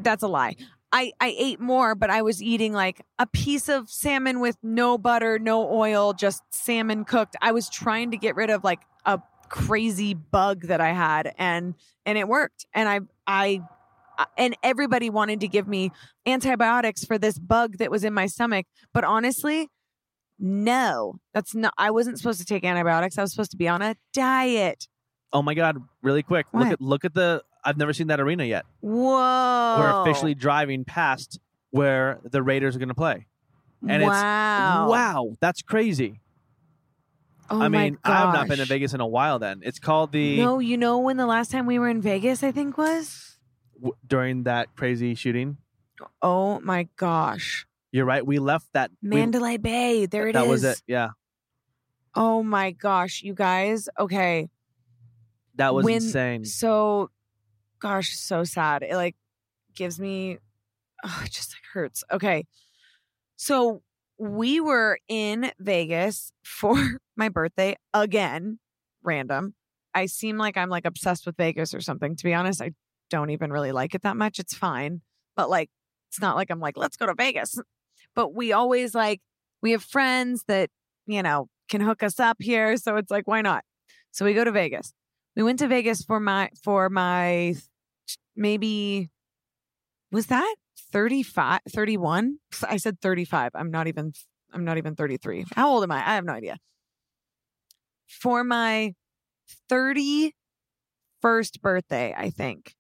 [SPEAKER 1] that's a lie. I, I ate more, but I was eating like a piece of salmon with no butter, no oil, just salmon cooked. I was trying to get rid of like a crazy bug that I had and and it worked. And I I and everybody wanted to give me antibiotics for this bug that was in my stomach, but honestly, no, that's not. I wasn't supposed to take antibiotics. I was supposed to be on a diet.
[SPEAKER 2] Oh my god! Really quick,
[SPEAKER 1] What?
[SPEAKER 2] look at look at the. I've never seen that arena yet.
[SPEAKER 1] Whoa.
[SPEAKER 2] We're officially driving past where the Raiders are going to play. and it's-
[SPEAKER 1] wow.
[SPEAKER 2] Wow, that's crazy.
[SPEAKER 1] Oh
[SPEAKER 2] I
[SPEAKER 1] my
[SPEAKER 2] mean, I have not been to
[SPEAKER 1] gosh.
[SPEAKER 2] Vegas in a while. Then it's called the
[SPEAKER 1] No, you know when the last time we were in Vegas, I think was.
[SPEAKER 2] w- during that crazy shooting.
[SPEAKER 1] Oh my gosh,
[SPEAKER 2] You're right. We left that. we-
[SPEAKER 1] Mandalay Bay. There it is.
[SPEAKER 2] that was it. Yeah,
[SPEAKER 1] Oh my gosh, you guys. Okay,
[SPEAKER 2] that was
[SPEAKER 1] When-
[SPEAKER 2] insane.
[SPEAKER 1] so, gosh, so sad. It like gives me, oh, it just like hurts. Okay, so we were in Vegas for my birthday again, random. I seem like I'm like obsessed with Vegas or something. To be honest, I don't even really like it that much. It's fine, but like, it's not like I'm like, let's go to Vegas. But we always like, we have friends that, you know, can hook us up here. So it's like, why not? So we go to Vegas. We went to Vegas for my, for my maybe, was that 35, 31? I said 35. I'm not even, I'm not even 33. How old am I? I have no idea. For my 30 first birthday, I think.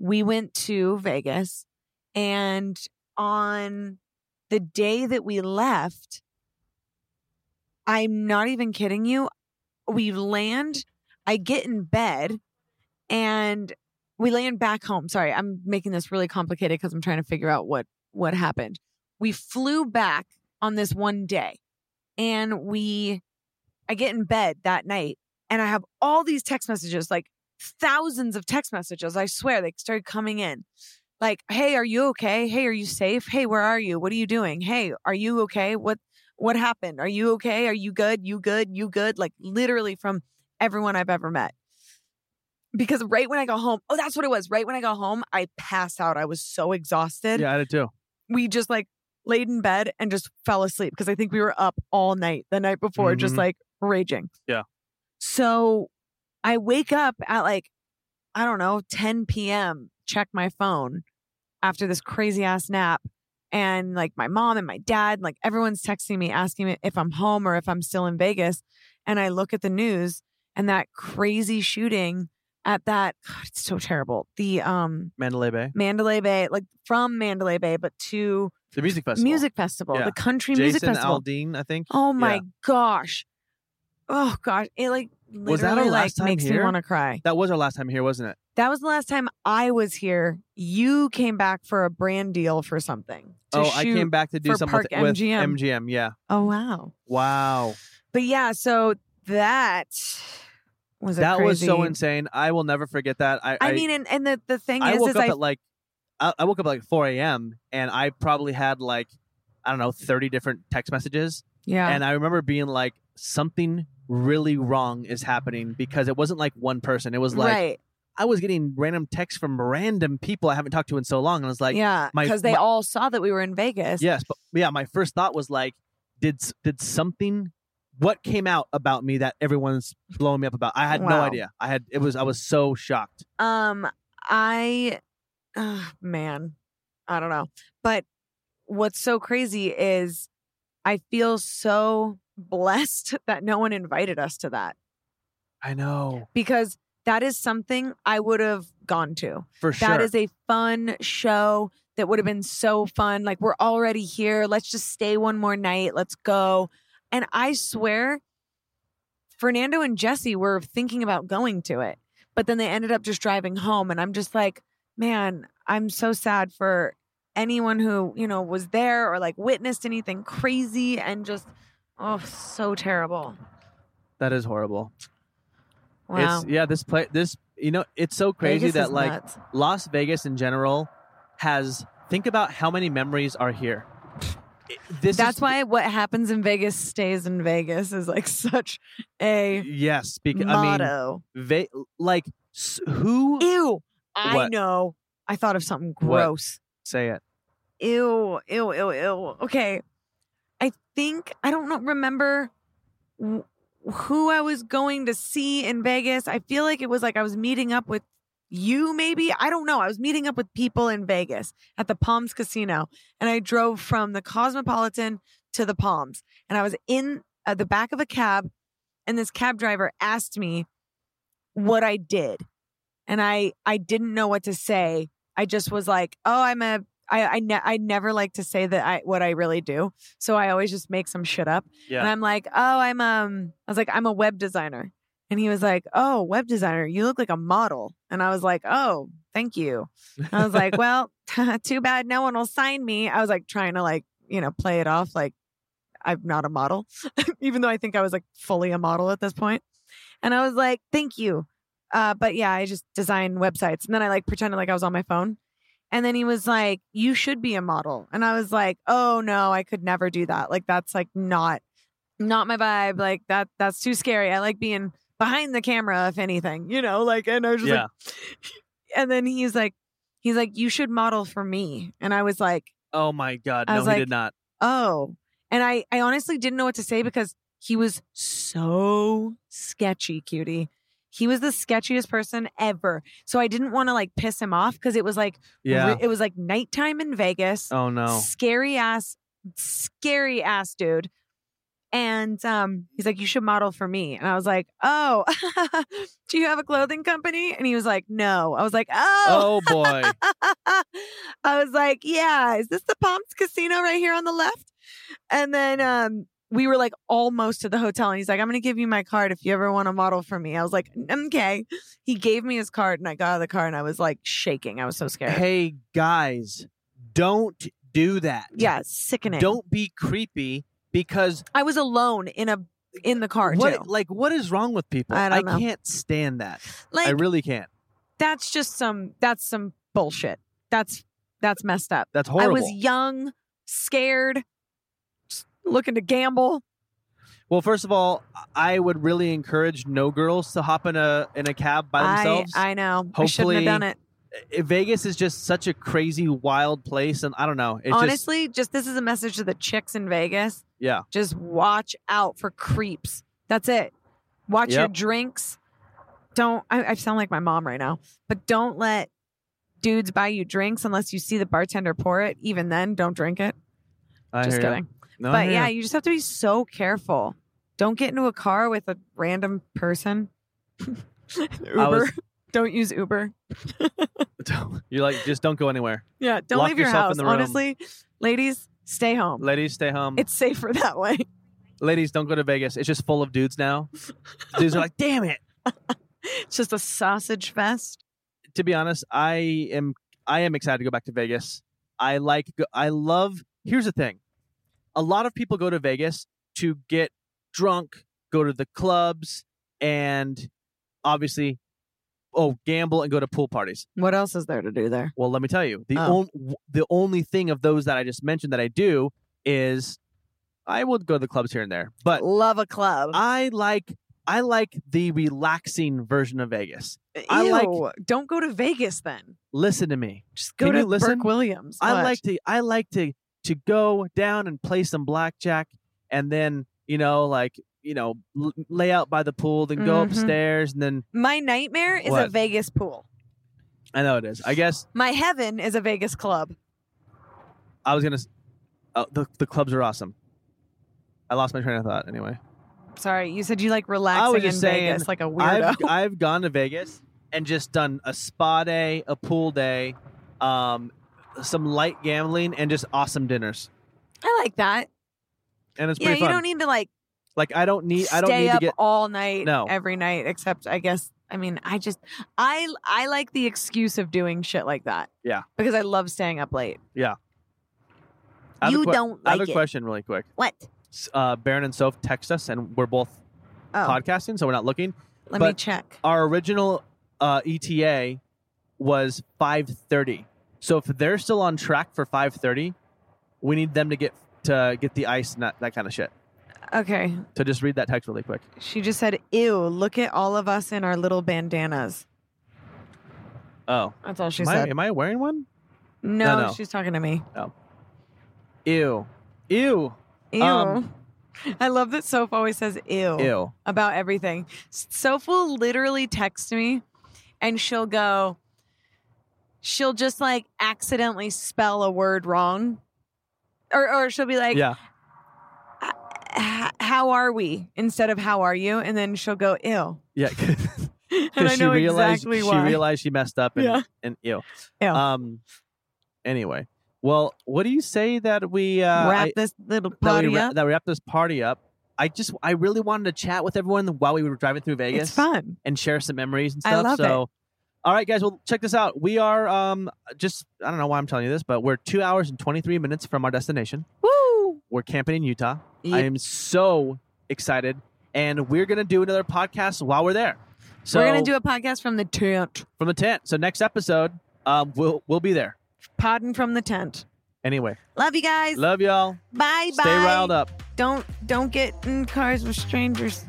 [SPEAKER 1] We went to Vegas and on the day that we left, I'm not even kidding you. We land, I get in bed and we land back home. Sorry, I'm making this really complicated cuz I'm trying to figure out what what happened. We flew back on this one day and we I get in bed that night and I have all these text messages, like thousands of text messages. I swear they started coming in. like, hey, are you okay? Hey, are you safe? Hey, where are you? What are you doing? Hey, are you okay? What what happened? Are you okay? Are you good? You good? You good? Like literally from everyone I've ever met. Because right when I go home, oh, that's what it was. Right when I go home, I passed out. I was so exhausted.
[SPEAKER 2] Yeah, I did too.
[SPEAKER 1] We just like laid in bed and just fell asleep because I think we were up all night the night before, just
[SPEAKER 2] Mhm.
[SPEAKER 1] like raging.
[SPEAKER 2] Yeah.
[SPEAKER 1] So I wake up at like, I don't know, 10 p.m., check my phone after this crazy ass nap. And like my mom and my dad, like everyone's texting me asking me if I'm home or if I'm still in Vegas. And I look at the news and that crazy shooting at that, God, it's so terrible. The um
[SPEAKER 2] Mandalay Bay,
[SPEAKER 1] Mandalay Bay, like from Mandalay Bay, but to
[SPEAKER 2] the music festival.
[SPEAKER 1] music festival,
[SPEAKER 2] Yeah.
[SPEAKER 1] the country
[SPEAKER 2] Jason
[SPEAKER 1] music festival.
[SPEAKER 2] Aldean, I think.
[SPEAKER 1] oh my
[SPEAKER 2] Yeah.
[SPEAKER 1] gosh. Oh gosh. It like literally
[SPEAKER 2] Was that our
[SPEAKER 1] like
[SPEAKER 2] last time
[SPEAKER 1] makes me
[SPEAKER 2] here?
[SPEAKER 1] want to cry.
[SPEAKER 2] That was our last time here, wasn't it?
[SPEAKER 1] That was the last time I was here. You came back for a brand deal for something. to
[SPEAKER 2] oh,
[SPEAKER 1] shoot.
[SPEAKER 2] I came back to do
[SPEAKER 1] for
[SPEAKER 2] something with,
[SPEAKER 1] Park
[SPEAKER 2] with
[SPEAKER 1] MGM.
[SPEAKER 2] MGM. Yeah.
[SPEAKER 1] Oh wow.
[SPEAKER 2] Wow.
[SPEAKER 1] But yeah, so that was a
[SPEAKER 2] that was so
[SPEAKER 1] crazy-
[SPEAKER 2] insane. I will never forget that. I,
[SPEAKER 1] I mean, and, and the, the thing
[SPEAKER 2] I
[SPEAKER 1] is,
[SPEAKER 2] woke
[SPEAKER 1] is
[SPEAKER 2] up
[SPEAKER 1] I
[SPEAKER 2] at like I, I woke up at like 4 a.m. and I probably had like I don't know 30 different text messages,
[SPEAKER 1] yeah
[SPEAKER 2] and I remember being like something really wrong is happening because it wasn't like one person. It was like
[SPEAKER 1] right
[SPEAKER 2] I was getting random texts from random people I haven't talked to in so long, and I was like,
[SPEAKER 1] yeah
[SPEAKER 2] my-
[SPEAKER 1] because they
[SPEAKER 2] my-
[SPEAKER 1] all saw that we were in Vegas.
[SPEAKER 2] yes, but yeah. My first thought was like, did s- did something? What came out about me that everyone's blowing me up about? I had no
[SPEAKER 1] Wow.
[SPEAKER 2] idea. I had it was I was so shocked.
[SPEAKER 1] Um, I, ah, man, I don't know. But what's so crazy is I feel so blessed that no one invited us to that
[SPEAKER 2] I know
[SPEAKER 1] because that is something I would have gone to.
[SPEAKER 2] for sure.
[SPEAKER 1] That is a fun show that would have been so fun. Like, we're already here. Let's just stay one more night. Let's go. And I swear, Fernando and Jesse were thinking about going to it, but then they ended up just driving home. And I'm just like, man, I'm so sad for anyone who, you know, was there or like witnessed anything crazy and just, oh, so terrible.
[SPEAKER 2] that is horrible.
[SPEAKER 1] Wow.
[SPEAKER 2] It's yeah, this play this you know, it's so crazy
[SPEAKER 1] Vegas is
[SPEAKER 2] that like
[SPEAKER 1] nuts.
[SPEAKER 2] Las Vegas in general has think about how many memories are here. It- This
[SPEAKER 1] That's
[SPEAKER 2] is,
[SPEAKER 1] why what happens in Vegas stays in Vegas is like such a
[SPEAKER 2] yes, because I
[SPEAKER 1] motto.
[SPEAKER 2] mean ve- like s- who
[SPEAKER 1] ew. I
[SPEAKER 2] What?
[SPEAKER 1] know. I thought of something
[SPEAKER 2] What?
[SPEAKER 1] gross.
[SPEAKER 2] say it?
[SPEAKER 1] Ew, ew, ew, ew. Okay. I think I don't know, remember wh- who I was going to see in Vegas. I feel like it was like I was meeting up with you maybe. I don't know. I was meeting up with people in Vegas at the Palms Casino and I drove from the Cosmopolitan to the Palms and I was in uh, the back of a cab and this cab driver asked me what I did. And I I didn't know what to say. I just was like, "Oh, I'm a I I, ne- I never like to say that I what I really do. So I always just make some shit up.
[SPEAKER 2] Yeah.
[SPEAKER 1] And I'm like, "Oh, I'm um I was like, "I'm a web designer." And he was like, "Oh, web designer. You look like a model." And I was like, "Oh, thank you." I was like, "Well, too bad no one will sign me." I was like trying to like, you know, play it off like I'm not a model, even though I think I was like fully a model at this point. And I was like, thank you. Uh, but yeah, I just design websites. And then I like pretended like I was on my phone. And then he was like, you should be a model. And I was like, oh no, I could never do that. Like that's like not not my vibe. Like that that's too scary. I like being behind the camera, if anything, you know, like and I was just
[SPEAKER 2] Yeah.
[SPEAKER 1] like and then he's like, he's like, you should model for me. And I was like,
[SPEAKER 2] Oh my god,
[SPEAKER 1] I
[SPEAKER 2] no
[SPEAKER 1] was
[SPEAKER 2] he
[SPEAKER 1] like-
[SPEAKER 2] did not.
[SPEAKER 1] oh and i i honestly didn't know what to say because he was so sketchy cutie he was the sketchiest person ever so i didn't want to like piss him off because it was like
[SPEAKER 2] Yeah.
[SPEAKER 1] it was like nighttime in vegas
[SPEAKER 2] oh no.
[SPEAKER 1] scary ass scary ass dude and um he's like you should model for me and i was like oh do you have a clothing company and he was like no i was like oh
[SPEAKER 2] Oh boy.
[SPEAKER 1] I was like, yeah, is this the Palms Casino right here on the left? And then um, we were like almost to the hotel. And he's like, I'm going to give you my card if you ever want to model for me. I was like, okay. He gave me his card and I got out of the car and I was like shaking. I was so scared.
[SPEAKER 2] hey guys, don't do that.
[SPEAKER 1] yeah, sickening.
[SPEAKER 2] Don't be creepy because
[SPEAKER 1] I was alone in a in the car
[SPEAKER 2] what
[SPEAKER 1] too.
[SPEAKER 2] like what is wrong with people?
[SPEAKER 1] I don't know.
[SPEAKER 2] can't stand that.
[SPEAKER 1] Like
[SPEAKER 2] I really can't.
[SPEAKER 1] that's just some that's some bullshit. That's That's messed up.
[SPEAKER 2] That's horrible.
[SPEAKER 1] I was young, scared, just looking to gamble.
[SPEAKER 2] well, first of all, I would really encourage no girls to hop in a in a cab by themselves.
[SPEAKER 1] I, I know. I shouldn't have
[SPEAKER 2] Hopefully,
[SPEAKER 1] done it.
[SPEAKER 2] I- Vegas is just such a crazy, wild place, and I don't know. It's just
[SPEAKER 1] Honestly, just, this is a message to the chicks in Vegas.
[SPEAKER 2] Yeah.
[SPEAKER 1] Just watch out for creeps. That's it. Watch your
[SPEAKER 2] Yep.
[SPEAKER 1] drinks. Don't I, I sound like my mom right now, but don't let dudes buy you drinks unless you see the bartender pour it. Even then, don't drink it.
[SPEAKER 2] I
[SPEAKER 1] just
[SPEAKER 2] hear ya.
[SPEAKER 1] kidding.
[SPEAKER 2] No, I
[SPEAKER 1] but
[SPEAKER 2] hear
[SPEAKER 1] yeah,
[SPEAKER 2] ya.
[SPEAKER 1] you just have to be so careful. Don't get into a car with a random person. Uber.
[SPEAKER 2] was-
[SPEAKER 1] don't use Uber.
[SPEAKER 2] you're like just don't go anywhere,
[SPEAKER 1] Yeah, don't
[SPEAKER 2] Lock
[SPEAKER 1] leave your
[SPEAKER 2] yourself in
[SPEAKER 1] house.
[SPEAKER 2] the room.
[SPEAKER 1] Honestly, ladies, stay home.
[SPEAKER 2] ladies. Stay home.
[SPEAKER 1] It's safer that way.
[SPEAKER 2] ladies, don't go to Vegas. It's just full of dudes now. dudes are like, damn it.
[SPEAKER 1] It's just a sausage fest.
[SPEAKER 2] to be honest, I am I am excited to go back to Vegas. I like go- I love. Here's the thing: a lot of people go to Vegas to get drunk, go to the clubs, and obviously, oh, gamble and go to pool parties.
[SPEAKER 1] What else is there to do there?
[SPEAKER 2] Well, let me tell you, the
[SPEAKER 1] Oh.
[SPEAKER 2] on, the only thing of those that I just mentioned that I do is I will go to the clubs here and there, but
[SPEAKER 1] Love a club.
[SPEAKER 2] I like I like the relaxing version of Vegas. I
[SPEAKER 1] Ew,
[SPEAKER 2] like-
[SPEAKER 1] Don't go to Vegas then.
[SPEAKER 2] Listen to me.
[SPEAKER 1] Just go
[SPEAKER 2] Can
[SPEAKER 1] to
[SPEAKER 2] you listen?
[SPEAKER 1] Burke Williams.
[SPEAKER 2] I
[SPEAKER 1] What?
[SPEAKER 2] like to I like to to go down and play some blackjack and then you know like you know l- lay out by the pool then go
[SPEAKER 1] Mhm.
[SPEAKER 2] upstairs and then
[SPEAKER 1] my nightmare is a
[SPEAKER 2] What?
[SPEAKER 1] Vegas pool.
[SPEAKER 2] I know it is I guess
[SPEAKER 1] My heaven is a Vegas club.
[SPEAKER 2] I was gonna s- oh, the the clubs are awesome I lost my train of thought anyway
[SPEAKER 1] Sorry, you said you like relaxing
[SPEAKER 2] just
[SPEAKER 1] in
[SPEAKER 2] saying,
[SPEAKER 1] Vegas like a weirdo.
[SPEAKER 2] I've I've gone to Vegas and just done a spa day a pool day um some light gambling and just awesome dinners
[SPEAKER 1] I like that.
[SPEAKER 2] and it's
[SPEAKER 1] yeah,
[SPEAKER 2] pretty
[SPEAKER 1] you
[SPEAKER 2] fun
[SPEAKER 1] don't need to like
[SPEAKER 2] like I don't need
[SPEAKER 1] stay
[SPEAKER 2] I don't need
[SPEAKER 1] up
[SPEAKER 2] to get
[SPEAKER 1] all night
[SPEAKER 2] No.
[SPEAKER 1] every night except I guess I mean I just I I like the excuse of doing shit like that.
[SPEAKER 2] Yeah.
[SPEAKER 1] Because I love staying up late.
[SPEAKER 2] I have a
[SPEAKER 4] You
[SPEAKER 2] que-
[SPEAKER 4] don't
[SPEAKER 2] I have
[SPEAKER 4] like
[SPEAKER 2] a
[SPEAKER 4] it.
[SPEAKER 2] question really quick
[SPEAKER 4] What?
[SPEAKER 2] s- uh, Baron and Soph text us, and we're both
[SPEAKER 1] Oh,
[SPEAKER 2] podcasting, so we're not looking.
[SPEAKER 1] let me
[SPEAKER 2] but-
[SPEAKER 1] check.
[SPEAKER 2] Our original uh, ETA was five thirty. So if they're still on track for five thirty, we need them to get to get the ice and that, that kind of shit.
[SPEAKER 1] Okay.
[SPEAKER 2] So just read that text really quick.
[SPEAKER 1] She just said, "Ew, look at all of us in our little bandanas."
[SPEAKER 2] Oh,
[SPEAKER 1] That's all she
[SPEAKER 2] am I,
[SPEAKER 1] said.
[SPEAKER 2] am I wearing one?
[SPEAKER 1] no,
[SPEAKER 2] no, no.
[SPEAKER 1] she's talking to me.
[SPEAKER 2] Ew, ew,
[SPEAKER 1] Ew.
[SPEAKER 2] Um,
[SPEAKER 1] I love that Soph always says ew,
[SPEAKER 2] ew.
[SPEAKER 1] about everything. Soph will literally text me and she'll go, she'll just like accidentally spell a word wrong. Or, or she'll be like,
[SPEAKER 2] yeah,
[SPEAKER 1] "H- How are we? instead of how are you? And then she'll go, ew.
[SPEAKER 2] yeah. Because
[SPEAKER 1] And I
[SPEAKER 2] she
[SPEAKER 1] know
[SPEAKER 2] realized
[SPEAKER 1] exactly
[SPEAKER 2] she
[SPEAKER 1] why.
[SPEAKER 2] realized she messed up, and
[SPEAKER 1] Yeah.
[SPEAKER 2] and ew.
[SPEAKER 1] Ew.
[SPEAKER 2] Um. Anyway, well, what do you say that we uh,
[SPEAKER 1] Wrap
[SPEAKER 2] I-
[SPEAKER 1] this little
[SPEAKER 2] that we,
[SPEAKER 1] party
[SPEAKER 2] wrap,
[SPEAKER 1] up.
[SPEAKER 2] that we wrap this party up. I just I really wanted to chat with everyone while we were driving through
[SPEAKER 1] It's
[SPEAKER 2] Vegas
[SPEAKER 1] fun.
[SPEAKER 2] and share some memories and
[SPEAKER 1] I
[SPEAKER 2] stuff.
[SPEAKER 1] love it.
[SPEAKER 2] so all right guys, well check this out. We are um just I don't know why I'm telling you this, but we're two hours and twenty three minutes from our destination.
[SPEAKER 1] Woo!
[SPEAKER 2] We're camping in Utah. I
[SPEAKER 1] Yep.
[SPEAKER 2] am so excited. And we're gonna do another podcast while we're there. So
[SPEAKER 1] We're gonna do a podcast from the tent.
[SPEAKER 2] from the tent. So next episode, um we'll we'll be there.
[SPEAKER 1] Podding from the tent.
[SPEAKER 2] Anyway.
[SPEAKER 1] Love you guys.
[SPEAKER 2] Love y'all.
[SPEAKER 1] bye bye.
[SPEAKER 2] Stay riled up.
[SPEAKER 1] Don't don't get in cars with strangers.